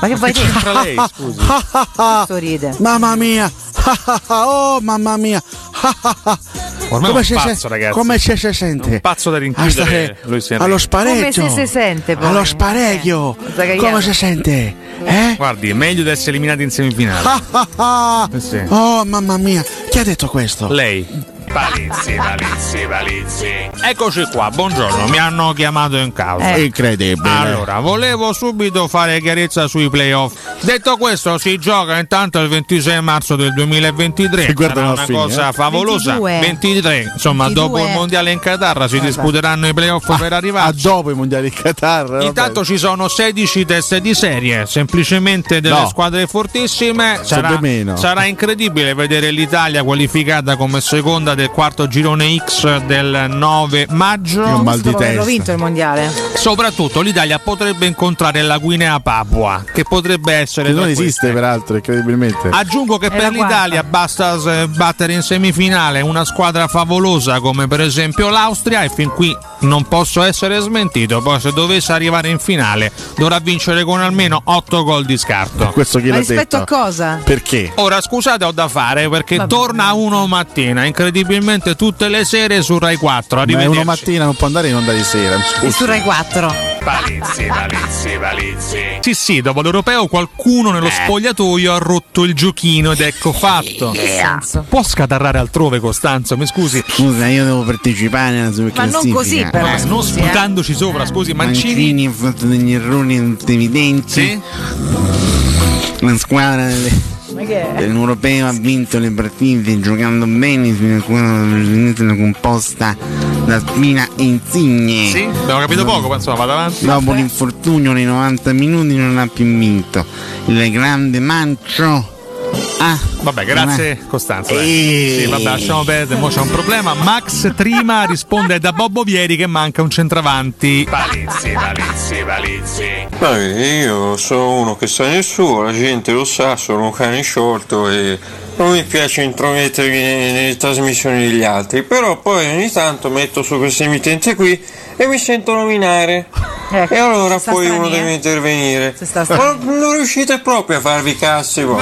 [SPEAKER 3] Ma che vuoi dentro?
[SPEAKER 1] lei, Eh, scusi.
[SPEAKER 7] Ah, ah, ah.
[SPEAKER 3] Sorride.
[SPEAKER 7] Mamma mia! [laughs] Ah, ah, ah. Oh mamma mia! Ah, ah, ah.
[SPEAKER 1] [laughs] Ormai è un
[SPEAKER 7] ci
[SPEAKER 1] pazzo,
[SPEAKER 7] se-
[SPEAKER 1] ragazzi.
[SPEAKER 7] Come ci si sente?
[SPEAKER 1] Un pazzo da
[SPEAKER 7] A
[SPEAKER 1] rinchiudere.
[SPEAKER 7] stare
[SPEAKER 1] Lui si
[SPEAKER 7] allo
[SPEAKER 1] arrende.
[SPEAKER 3] Come
[SPEAKER 7] spareggio.
[SPEAKER 3] se si sente poi.
[SPEAKER 7] Allo spareggio.
[SPEAKER 3] Eh, Zagaria.
[SPEAKER 7] Come si sente? Eh?
[SPEAKER 1] Guardi, è meglio di essere eliminati in semifinale.
[SPEAKER 7] Ah, ah, ah.
[SPEAKER 1] Eh sì.
[SPEAKER 7] [laughs] Oh mamma mia! Chi ha detto questo?
[SPEAKER 1] Lei.
[SPEAKER 9] Palizzi, palizzi, palizzi.
[SPEAKER 1] Eccoci qua, buongiorno, mi hanno chiamato in causa.
[SPEAKER 3] Eh.
[SPEAKER 6] Incredibile.
[SPEAKER 1] Allora, volevo subito fare chiarezza sui playoff. Detto questo, si gioca intanto il 26 marzo del 2023.
[SPEAKER 6] E guarda
[SPEAKER 1] Sarà
[SPEAKER 6] la
[SPEAKER 1] una
[SPEAKER 6] fine,
[SPEAKER 1] cosa
[SPEAKER 6] eh.
[SPEAKER 1] favolosa.
[SPEAKER 3] 22.
[SPEAKER 1] 23, insomma,
[SPEAKER 3] 22.
[SPEAKER 1] dopo il mondiale in Qatar si disputeranno i playoff
[SPEAKER 6] Ah,
[SPEAKER 1] per
[SPEAKER 6] A
[SPEAKER 1] arrivarci.
[SPEAKER 6] dopo i mondiali in Qatar. vabbè.
[SPEAKER 1] Intanto ci sono 16 teste di serie, semplicemente delle
[SPEAKER 6] No.
[SPEAKER 1] squadre fortissime.
[SPEAKER 6] Sono
[SPEAKER 1] Sarà,
[SPEAKER 6] di meno.
[SPEAKER 1] sarà incredibile vedere l'Italia qualificata come seconda del quarto girone X del 9 maggio.
[SPEAKER 6] Io mal di
[SPEAKER 3] Dopo averlo
[SPEAKER 6] testa.
[SPEAKER 3] vinto il mondiale.
[SPEAKER 1] Soprattutto l'Italia potrebbe incontrare la Guinea Papua, che potrebbe essere.
[SPEAKER 6] Che non
[SPEAKER 1] tra
[SPEAKER 6] esiste
[SPEAKER 1] queste.
[SPEAKER 6] peraltro, incredibilmente.
[SPEAKER 1] Aggiungo che
[SPEAKER 3] È
[SPEAKER 1] per
[SPEAKER 3] la quarta.
[SPEAKER 1] l'Italia basta s- battere in semifinale una squadra favolosa come per esempio l'Austria e fin qui non posso essere smentito, poi se dovesse arrivare in finale dovrà vincere con almeno 8 gol di scarto.
[SPEAKER 6] Questo chi
[SPEAKER 3] Ma
[SPEAKER 6] l'ha
[SPEAKER 3] rispetto
[SPEAKER 6] detto?
[SPEAKER 3] a cosa?
[SPEAKER 6] Perché?
[SPEAKER 1] Ora scusate ho da fare perché
[SPEAKER 3] Vabbè.
[SPEAKER 1] torna a 1 mattina, incredibilmente tutte le sere su Rai 4.
[SPEAKER 6] Ma è
[SPEAKER 1] Arrivederci.
[SPEAKER 6] una mattina, non può andare in onda di sera. mi
[SPEAKER 3] E
[SPEAKER 6] scusi.
[SPEAKER 3] su Rai 4.
[SPEAKER 9] Palizzi, palizzi, palizzi.
[SPEAKER 1] Sì, sì, dopo l'europeo qualcuno
[SPEAKER 3] Eh.
[SPEAKER 1] nello spogliatoio ha rotto il giochino ed ecco fatto.
[SPEAKER 3] Eh, Che senso? Eh.
[SPEAKER 1] Può scatarrare altrove Costanzo, mi scusi.
[SPEAKER 7] Scusa, io devo partecipare alla sua
[SPEAKER 3] Ma non così però.
[SPEAKER 1] Eh, non
[SPEAKER 3] scusi, eh.
[SPEAKER 1] sputandoci sopra, scusi, Mancini.
[SPEAKER 7] ha fatto degli errori evidenti.
[SPEAKER 1] Sì?
[SPEAKER 7] La squadra del-
[SPEAKER 3] Ma che è?
[SPEAKER 7] Eh, dell'Europeo ha vinto le partite giocando bene fino a quando è composta da Spina e Insigne.
[SPEAKER 1] Sì? Abbiamo capito poco, ma insomma, vado avanti.
[SPEAKER 7] Dopo l'infortunio nei 90 minuti non ha più vinto. Il grande Mancio ha
[SPEAKER 1] Vabbè,
[SPEAKER 3] Eh.
[SPEAKER 1] grazie Costanzo. dai.
[SPEAKER 7] Eeeh.
[SPEAKER 1] Sì, vabbè, lasciamo perdere, mo c'è un problema. Max Trima risponde da Bobbo Vieri che manca un centravanti.
[SPEAKER 9] Palizzi, palizzi, palizzi.
[SPEAKER 13] Ma vedi, io sono uno che sa nel suo, la gente lo sa, sono un cane sciolto e non mi piace intromettermi nelle, nelle trasmissioni degli altri, però poi ogni tanto metto su queste emittenti qui
[SPEAKER 7] Eh.
[SPEAKER 13] e mi sento nominare.
[SPEAKER 3] Ecco,
[SPEAKER 13] E allora
[SPEAKER 3] si sta
[SPEAKER 13] poi uno
[SPEAKER 3] strani,
[SPEAKER 13] deve
[SPEAKER 3] eh?
[SPEAKER 13] intervenire.
[SPEAKER 3] Si sta
[SPEAKER 13] Ma
[SPEAKER 3] strani.
[SPEAKER 13] non riuscite proprio a farvi cazzi voi.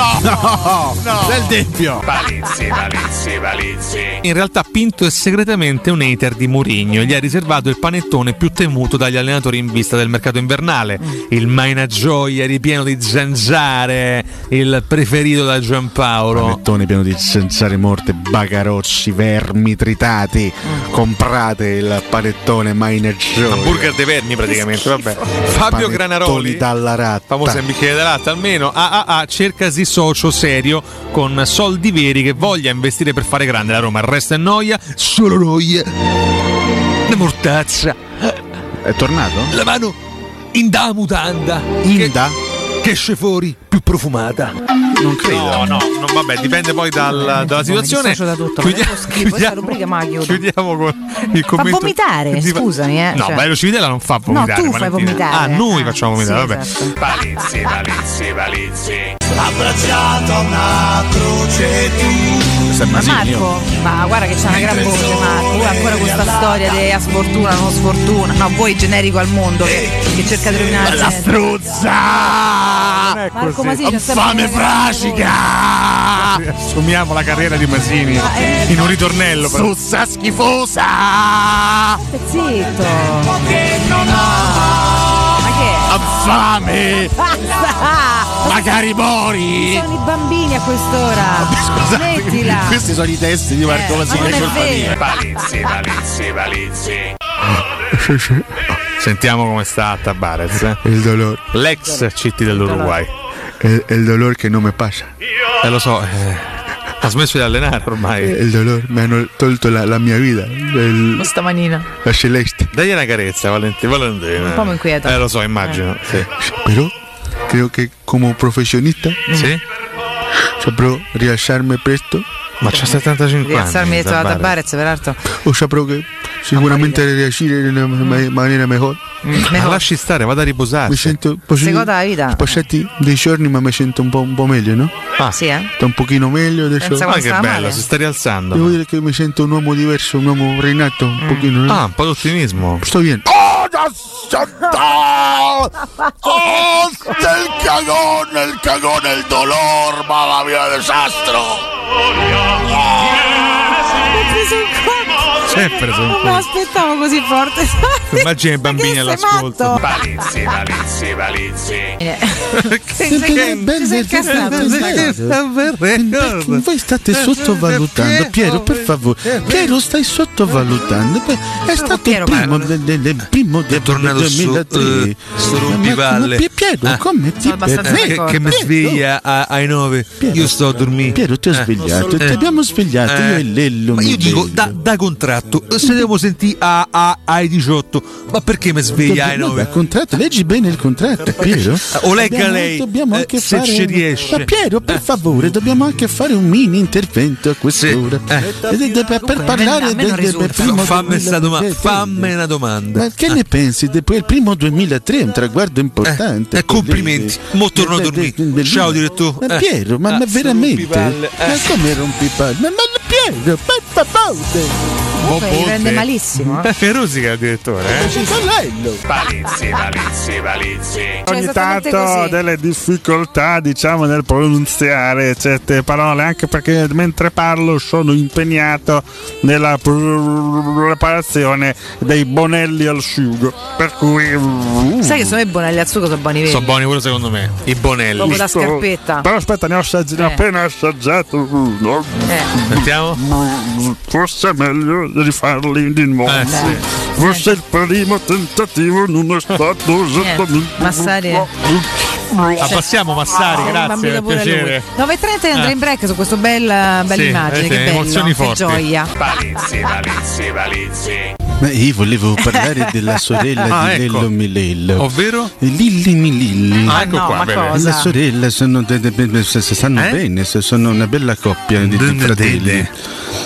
[SPEAKER 6] Del Deppio.
[SPEAKER 9] Palizzi, palizzi, palizzi.
[SPEAKER 1] In realtà Pinto è segretamente un hater di Mourinho, gli ha riservato il panettone più temuto dagli allenatori in vista del mercato invernale. Il Maina Gioia ripieno di zanzare, il preferito da Giampaolo.
[SPEAKER 6] Panettone pieno di zanzare morte, bagarocci, vermi tritati. Comprate il panettone maineggio.
[SPEAKER 1] Hamburger dei vermi praticamente, vabbè. [laughs] Fabio Granaroli.
[SPEAKER 6] dalla ratta.
[SPEAKER 1] Famosa in bicchiere da latte, almeno AAA cercasi socio serio con soldi veri che voglia investire per fare grande la Roma. Il resto è noia, solo noia. La mortazza,
[SPEAKER 6] È tornato?
[SPEAKER 1] la mano in da mutanda.
[SPEAKER 6] Inda?
[SPEAKER 4] che esce fuori più profumata.
[SPEAKER 1] Non credo. No, no, no, vabbè, dipende poi dal- dalla situazione.
[SPEAKER 3] dissocio da tutto,
[SPEAKER 1] Chiudia-
[SPEAKER 3] ma è uno schifo, questa rubrica me la chiudo.
[SPEAKER 1] chiudiamo con il commento.
[SPEAKER 3] vomitare,
[SPEAKER 1] di-
[SPEAKER 3] scusami, eh,
[SPEAKER 1] No,
[SPEAKER 3] cioè.
[SPEAKER 1] Vero Civitella non fa Oh, vomitare.
[SPEAKER 3] tu fai
[SPEAKER 1] Valentina.
[SPEAKER 3] vomitare. esatto.
[SPEAKER 1] Ah, noi facciamo vomitare, vabbè.
[SPEAKER 9] Valizzi, valizzi, valizzi.
[SPEAKER 14] Abbracciato a una croce tu.
[SPEAKER 3] Ma Marco, ma guarda che c'è una gran voce Marco, Poi ancora questa storia di a sfortuna, non sfortuna, no, voi generico al mondo che, che cerca di rovinare
[SPEAKER 14] La
[SPEAKER 3] gente.
[SPEAKER 14] struzza!
[SPEAKER 3] Marco Masini c'è sempre
[SPEAKER 14] Fame
[SPEAKER 3] una gran
[SPEAKER 14] fracica!
[SPEAKER 1] Assumiamo la carriera di Masini
[SPEAKER 3] Ah, eh,
[SPEAKER 1] in un ritornello. però.
[SPEAKER 14] Struzza schifosa!
[SPEAKER 3] Zitto!
[SPEAKER 14] Ma
[SPEAKER 3] che? Ah,
[SPEAKER 14] Ha
[SPEAKER 1] Ah,
[SPEAKER 14] fame!
[SPEAKER 3] Basta!
[SPEAKER 14] Magari mori!
[SPEAKER 3] ah. Sono i bambini a
[SPEAKER 1] Ah,
[SPEAKER 3] quest'ora!
[SPEAKER 1] [laughs]
[SPEAKER 3] Smettila!
[SPEAKER 6] Questi sono i testi di Marco
[SPEAKER 3] Eh,
[SPEAKER 6] Masini.
[SPEAKER 3] ma non
[SPEAKER 6] è
[SPEAKER 3] è
[SPEAKER 6] colpa
[SPEAKER 3] vero.
[SPEAKER 6] mia.
[SPEAKER 9] Valizzi, valizzi, valizzi.
[SPEAKER 1] Sentiamo come sta Tabarez. eh.
[SPEAKER 15] El dolor.
[SPEAKER 1] L'ex CT dell'Uruguay.
[SPEAKER 15] El, el dolor que no me pasa.
[SPEAKER 1] Eh, lo so, eh, [laughs] ha smesso di allenare ormai.
[SPEAKER 15] El dolor. Me han tolto la, la mia vida. El,
[SPEAKER 3] Questa manina.
[SPEAKER 15] la celeste.
[SPEAKER 1] Dagli una carezza, Valentina. Valentina.
[SPEAKER 3] Un po' mi inquieta.
[SPEAKER 1] Eh, lo so, immagino. sì.
[SPEAKER 15] Pero creo que como profesionista.
[SPEAKER 3] Mm.
[SPEAKER 1] Sí.
[SPEAKER 15] Saprò rilasciarme presto.
[SPEAKER 1] Ma c'ha 75
[SPEAKER 3] Rialzarmi dietro la Tabarez, peraltro.
[SPEAKER 15] O saprò che sicuramente riuscire in una ma- maniera mejor.
[SPEAKER 1] Ma lasci stare, vada a riposarsi.
[SPEAKER 15] Mi sento posso-
[SPEAKER 3] Se ¿eh? goda la vita.
[SPEAKER 15] passati dei giorni, ma mi sento un po', un po' meglio, no?
[SPEAKER 1] Ah.
[SPEAKER 3] Sì, eh?
[SPEAKER 15] Sto un pochino meglio adesso.
[SPEAKER 3] Pensa
[SPEAKER 1] Ma che bello, si sta
[SPEAKER 15] Devo
[SPEAKER 1] rialzando.
[SPEAKER 15] dire che mi sento un uomo diverso, un uomo rinato, un
[SPEAKER 3] Mm.
[SPEAKER 15] pochino. no?
[SPEAKER 1] Ah, un po' d'ottimismo.
[SPEAKER 15] Sto bien.
[SPEAKER 14] ¡Oh, no, santa! ¡Oh, el cagón, el cagón, el dolor, mala mía, desastro!
[SPEAKER 1] Sempre sono
[SPEAKER 3] Non me l'aspettavo così forte.
[SPEAKER 1] Immagina i bambini
[SPEAKER 3] Ma che sei
[SPEAKER 1] all'ascolto.
[SPEAKER 3] matto?
[SPEAKER 9] Valizzi, valizzi, valizzi.
[SPEAKER 3] Perché ben
[SPEAKER 6] Voi state sottovalutando, Piero, per favore. Piero, stai sottovalutando. per- È stato il primo del, del- del primo del
[SPEAKER 1] Tornato su,
[SPEAKER 6] 2003.
[SPEAKER 1] eh, su Rompivalle.
[SPEAKER 6] Ma- ma- Piero,
[SPEAKER 1] Ah.
[SPEAKER 6] come ti
[SPEAKER 1] Eh, che, che mi sveglia a- ai 9 io sto a dormire
[SPEAKER 6] Piero ti ho svegliato, ti abbiamo svegliato, io e Lello,
[SPEAKER 1] ma io
[SPEAKER 6] mi
[SPEAKER 1] dico
[SPEAKER 6] bello.
[SPEAKER 1] da, da contratto se devo sentire a, a- ai 18 ma perché mi sveglia ai 9
[SPEAKER 6] Il contratto, leggi bene il
[SPEAKER 1] [laughs]
[SPEAKER 6] contratto, Piero.
[SPEAKER 1] O legga
[SPEAKER 6] Dobbiamo-
[SPEAKER 1] lei,
[SPEAKER 6] dobbiamo
[SPEAKER 1] eh,
[SPEAKER 6] anche
[SPEAKER 1] se
[SPEAKER 6] fare
[SPEAKER 1] ci
[SPEAKER 6] un-
[SPEAKER 1] riesce. Eh.
[SPEAKER 6] Ma Piero, per favore, dobbiamo anche fare un mini intervento a quest'ora. Eh, eh, Per, per parlare del, del primo
[SPEAKER 1] fammi, sta
[SPEAKER 6] 2003.
[SPEAKER 1] domanda, fammi una domanda
[SPEAKER 6] Ma che ne pensi? De, il primo 2003 è un traguardo importante.
[SPEAKER 1] eh, complimenti mo torno a dormire ciao direttore
[SPEAKER 6] Ma
[SPEAKER 1] Eh.
[SPEAKER 6] Piero, ma,
[SPEAKER 1] Ah,
[SPEAKER 6] ma
[SPEAKER 1] su
[SPEAKER 6] veramente?
[SPEAKER 1] rompipalle, eh.
[SPEAKER 6] Ma come rompipalle? Ma, ma Piero, per
[SPEAKER 1] Boh,
[SPEAKER 3] Comunque
[SPEAKER 6] favore!
[SPEAKER 3] li prende malissimo. eh.
[SPEAKER 1] è Ferrusica il direttore eh?
[SPEAKER 9] Valizzi, valizzi, valizzi.
[SPEAKER 16] Ogni tanto ho delle difficoltà diciamo nel pronunziare certe parole anche perché mentre parlo sono impegnato nella pr- preparazione dei bonelli al sugo per cui uh,
[SPEAKER 3] Sai che sono i bonelli al sugo sono buoni veri.
[SPEAKER 1] sono buoni quello secondo me i bonelli
[SPEAKER 3] Proprio la scarpetta.
[SPEAKER 16] però aspetta ne ho, assaggi- ne ho
[SPEAKER 3] Eh.
[SPEAKER 16] appena assaggiato uno
[SPEAKER 1] Sentiamo.
[SPEAKER 16] forse è meglio rifarli di nuovo
[SPEAKER 1] Eh, sì.
[SPEAKER 16] forse il primo tentativo non è stato esattamente
[SPEAKER 3] Massari.
[SPEAKER 1] Abbassiamo Massari, grazie, per piacere.
[SPEAKER 3] 9.30 e andremo
[SPEAKER 1] Eh.
[SPEAKER 3] in break su questo bel, bella
[SPEAKER 1] Sì,
[SPEAKER 3] immagine,
[SPEAKER 1] eh sì,
[SPEAKER 3] che bello,
[SPEAKER 1] emozioni
[SPEAKER 3] che
[SPEAKER 1] forti.
[SPEAKER 3] gioia.
[SPEAKER 9] Valizzi, valizzi, valizzi.
[SPEAKER 6] Ma io volevo parlare della sorella
[SPEAKER 1] [laughs] Ah,
[SPEAKER 6] di
[SPEAKER 1] ecco.
[SPEAKER 6] Lello Milello.
[SPEAKER 1] Ovvero?
[SPEAKER 6] Lilli Mililli.
[SPEAKER 1] Ah, ecco Ah, no, qua, ma bene. cosa?
[SPEAKER 6] La sorella sono de- de- de- se- se stanno
[SPEAKER 1] Eh?
[SPEAKER 6] bene, se sono una bella coppia di, di
[SPEAKER 1] De- de-
[SPEAKER 6] fratelli.
[SPEAKER 1] de-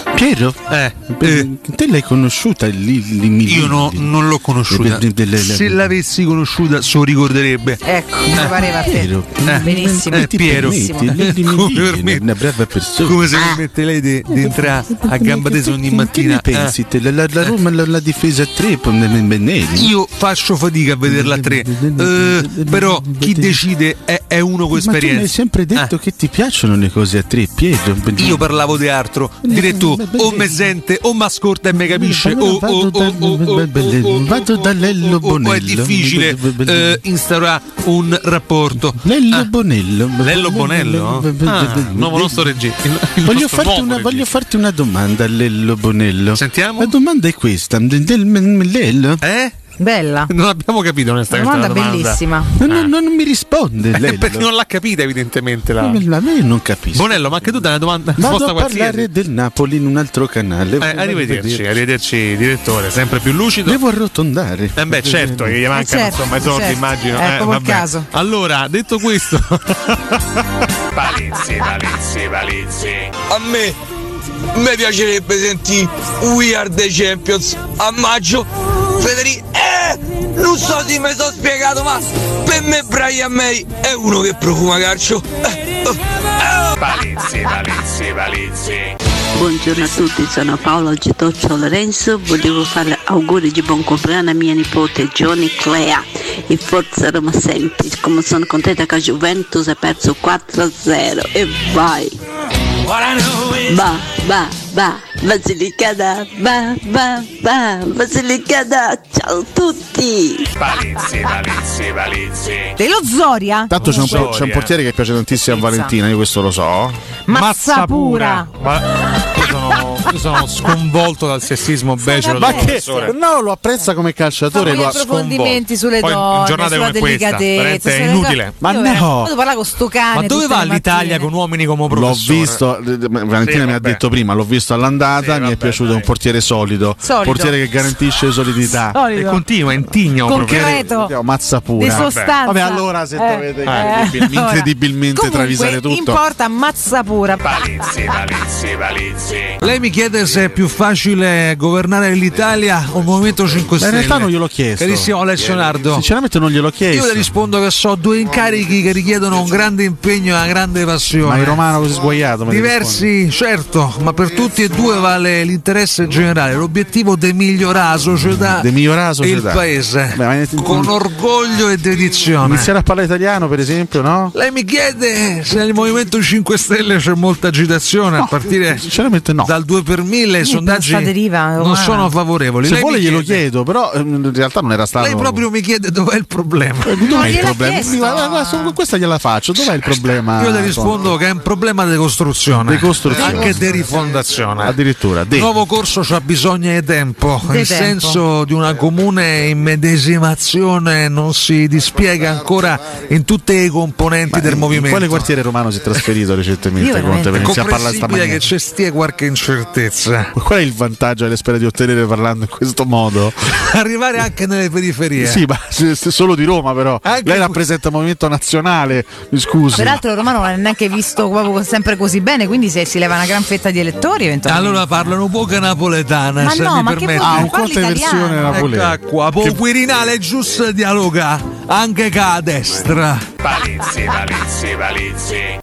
[SPEAKER 1] Eh,
[SPEAKER 6] Piero, eh, te l'hai conosciuta Lilli Mililli?
[SPEAKER 1] Io no- non l'ho conosciuta.
[SPEAKER 6] Eh, De- de- de- de- Eh,
[SPEAKER 1] Se l'avessi conosciuta, se lo ricorderebbe.
[SPEAKER 3] Ecco, mi pareva a te.
[SPEAKER 6] Piero,
[SPEAKER 3] Benissimo.
[SPEAKER 1] Eh,
[SPEAKER 6] ti
[SPEAKER 1] Piero.
[SPEAKER 6] permetti?
[SPEAKER 1] Eh,
[SPEAKER 6] Lilli
[SPEAKER 1] [laughs] come
[SPEAKER 6] Mililli,
[SPEAKER 1] permetti?
[SPEAKER 6] una brava persona.
[SPEAKER 1] Come se permette lei di di entrare
[SPEAKER 6] Eh,
[SPEAKER 1] a gamba tesa ogni
[SPEAKER 6] Che
[SPEAKER 1] mattina?
[SPEAKER 6] ne pensi? te? La, la- la Roma la, la difesa 3
[SPEAKER 1] Eh,
[SPEAKER 6] Benelli.
[SPEAKER 1] Io faccio fatica a vederla a tre, eh, però chi decide è, è uno con
[SPEAKER 6] Ma tu mi hai
[SPEAKER 1] esperienza. Eh.
[SPEAKER 6] sempre detto che ti piacciono le cose a tre, Piero.
[SPEAKER 1] Io parlavo di altro, dire tu o me sente o mi ascolta e me capisce o,
[SPEAKER 6] Vado
[SPEAKER 1] o-
[SPEAKER 6] dal- Vado da Lello Bonello.
[SPEAKER 1] o è difficile eh, instaurare un rapporto.
[SPEAKER 6] Lello Bonello.
[SPEAKER 1] Lello Ah. Bonello? Ah, nuovo nostro regista.
[SPEAKER 6] Voglio farti, una, voglio farti una domanda, Lello Bonello. Sentiamo. La domanda è questa. Del- del- Lello.
[SPEAKER 1] Eh?
[SPEAKER 3] Bella.
[SPEAKER 1] Non abbiamo capito onestamente.
[SPEAKER 3] Una
[SPEAKER 1] la
[SPEAKER 3] domanda bellissima.
[SPEAKER 1] Eh.
[SPEAKER 6] Non, non- non mi risponde lei.
[SPEAKER 1] Perché non l'ha capita evidentemente la...
[SPEAKER 6] A me non capisco.
[SPEAKER 1] Bonello, ma anche tu dai una domanda
[SPEAKER 6] Vado
[SPEAKER 1] risposta
[SPEAKER 6] a
[SPEAKER 1] qualsiasi.
[SPEAKER 6] parlare del Napoli in un altro canale.
[SPEAKER 1] Eh, arrivederci, arrivederci direttore, sempre più lucido.
[SPEAKER 6] Devo arrotondare.
[SPEAKER 1] Eh beh, certo, che gli mancano
[SPEAKER 6] certo,
[SPEAKER 1] insomma i soldi,
[SPEAKER 6] certo. È
[SPEAKER 1] immagino. eh,
[SPEAKER 6] proprio il
[SPEAKER 1] vabbè.
[SPEAKER 6] caso.
[SPEAKER 1] Allora, detto questo, [laughs]
[SPEAKER 9] Palizzi, palizzi, palizzi.
[SPEAKER 17] A me mi piacerebbe sentire We Are the Champions a maggio. Federico, eh, non so se mi sono spiegato, ma per me Brian May è uno che profuma calcio. Eh, oh, eh.
[SPEAKER 9] Palizzi, palizzi, palizzi.
[SPEAKER 11] Buongiorno a tutti, sono Paola Gitoccio Lorenzo, volevo fare auguri di buon compleanno a mia nipote Johnny Clea e forza Roma sempre, come sono contenta che la Juventus ha perso 4-0 e vai! Ba, ba, ba, Basilicata, ba, ba, ba, Basilicata, ciao a tutti!
[SPEAKER 9] Palizzi, palizzi, palizzi.
[SPEAKER 3] Dello Zoria.
[SPEAKER 2] Tanto c'è un, po- c'è un
[SPEAKER 1] Zoria.
[SPEAKER 2] portiere che piace tantissimo a Valentina, io questo lo so.
[SPEAKER 3] Mazzapura.
[SPEAKER 1] Ma- io, sono, io sono sconvolto dal sessismo becero
[SPEAKER 2] Ma
[SPEAKER 1] del
[SPEAKER 2] che?
[SPEAKER 1] professore.
[SPEAKER 2] No, lo apprezza come calciatore.
[SPEAKER 3] Poi
[SPEAKER 2] Lo
[SPEAKER 3] approfondimenti sulle
[SPEAKER 1] Poi in
[SPEAKER 3] donne,
[SPEAKER 1] giornate
[SPEAKER 3] sulla
[SPEAKER 1] come questa,
[SPEAKER 3] delicatezza.
[SPEAKER 1] veramente è
[SPEAKER 3] sulle
[SPEAKER 1] inutile.
[SPEAKER 3] cose-
[SPEAKER 2] Ma
[SPEAKER 3] Io
[SPEAKER 2] no!
[SPEAKER 3] veramente- Quando parla con sto cane.
[SPEAKER 1] Ma dove
[SPEAKER 3] Ah, tutte
[SPEAKER 1] va
[SPEAKER 3] le
[SPEAKER 1] l'Italia con uomini come
[SPEAKER 2] L'ho
[SPEAKER 1] professore?
[SPEAKER 2] visto, eh, Valentina mi ha detto prima, l'ho visto all'andata, mi è piaciuto un portiere solido,
[SPEAKER 1] Solido.
[SPEAKER 2] portiere che garantisce solidità.
[SPEAKER 1] Solido. E continua, intigno
[SPEAKER 3] Concreto. proprio.
[SPEAKER 2] Mazza pura.
[SPEAKER 3] Di sostanza.
[SPEAKER 2] Vabbè, allora se
[SPEAKER 3] Eh,
[SPEAKER 2] dovete
[SPEAKER 3] eh,
[SPEAKER 2] incredibil-
[SPEAKER 3] allora.
[SPEAKER 2] incredibilmente
[SPEAKER 3] Comunque,
[SPEAKER 2] travisare tutto.
[SPEAKER 3] In porta ammazza pura.
[SPEAKER 9] Palizzi, palizzi, palizzi.
[SPEAKER 4] Lei mi chiede se è più facile governare l'Italia o il Movimento 5
[SPEAKER 6] Ma in
[SPEAKER 4] Stelle.
[SPEAKER 6] realtà non gliel'ho chiesto.
[SPEAKER 4] Carissimo Alessio Nardo.
[SPEAKER 6] Sinceramente non gliel'ho chiesto.
[SPEAKER 4] Io le rispondo che so due incarichi che richiedono un grande impegno e una grande passione.
[SPEAKER 6] Ma il romano così sguaiato. me ne
[SPEAKER 4] eh. Diversi, certo, ma per tutti e due vale l'interesse generale, l'obiettivo di migliorare la società,
[SPEAKER 6] De migliorare la società.
[SPEAKER 4] e il paese
[SPEAKER 6] Beh, ma-
[SPEAKER 4] con orgoglio e dedizione.
[SPEAKER 6] Iniziare a parlare italiano, per esempio, no?
[SPEAKER 4] Lei mi chiede se nel Movimento 5 Stelle c'è molta agitazione a partire dal 2 per 1000 i
[SPEAKER 3] Quindi
[SPEAKER 4] sondaggi
[SPEAKER 3] questa deriva
[SPEAKER 4] non
[SPEAKER 3] umana.
[SPEAKER 4] sono favorevoli.
[SPEAKER 2] Se
[SPEAKER 4] Lei mi
[SPEAKER 2] vuole glielo
[SPEAKER 4] chiede-
[SPEAKER 2] chiedo, però ehm, in realtà non era stato. Eh,
[SPEAKER 4] Lei proprio mi chiede dov'è il problema.
[SPEAKER 2] Dov'è il problema? Mi guarda, guarda, su- questa gliela faccio, dov'è il problema?
[SPEAKER 4] Io le rispondo che è un problema di costruzione,
[SPEAKER 2] Di costruzione.
[SPEAKER 4] anche di rifondazione.
[SPEAKER 2] Ah. Addirittura,
[SPEAKER 4] Il
[SPEAKER 2] de-
[SPEAKER 4] nuovo corso c'ha bisogno di tempo,
[SPEAKER 2] Di
[SPEAKER 4] il
[SPEAKER 2] tempo.
[SPEAKER 4] senso di una comune immedesimazione non si dispiega ancora in tutte le componenti del
[SPEAKER 2] in
[SPEAKER 4] movimento.
[SPEAKER 2] quale quartiere romano si è trasferito
[SPEAKER 4] Io
[SPEAKER 2] recentemente? Conte, per
[SPEAKER 4] veramente-
[SPEAKER 2] iniziare a
[SPEAKER 4] È
[SPEAKER 2] parlare sta
[SPEAKER 4] comprensibile
[SPEAKER 2] maniera?
[SPEAKER 4] che c'è stia qualche incertezza. [laughs]
[SPEAKER 2] Qual è il vantaggio che spera di ottenere parlando in questo modo?
[SPEAKER 4] Arrivare anche nelle periferie.
[SPEAKER 2] Sì, ma se- se solo di Roma, però. Lei rappresenta un movimento nazionale, mi scusi.
[SPEAKER 3] Peraltro il Romano non è neanche visto proprio sempre così bene, quindi se si leva una gran fetta di elettori eventualmente.
[SPEAKER 4] Allora parlano poca napoletana,
[SPEAKER 3] Ma
[SPEAKER 4] se
[SPEAKER 3] no,
[SPEAKER 4] mi
[SPEAKER 3] ma che
[SPEAKER 4] permette.
[SPEAKER 3] vuol dire? Ah, un Parli conto è italiano. versione
[SPEAKER 2] napoletana.
[SPEAKER 4] Ecco qua, po'
[SPEAKER 2] Che-
[SPEAKER 4] Quirinale giusto dialoga anche che a destra.
[SPEAKER 9] Palizzi, palizzi, palizzi.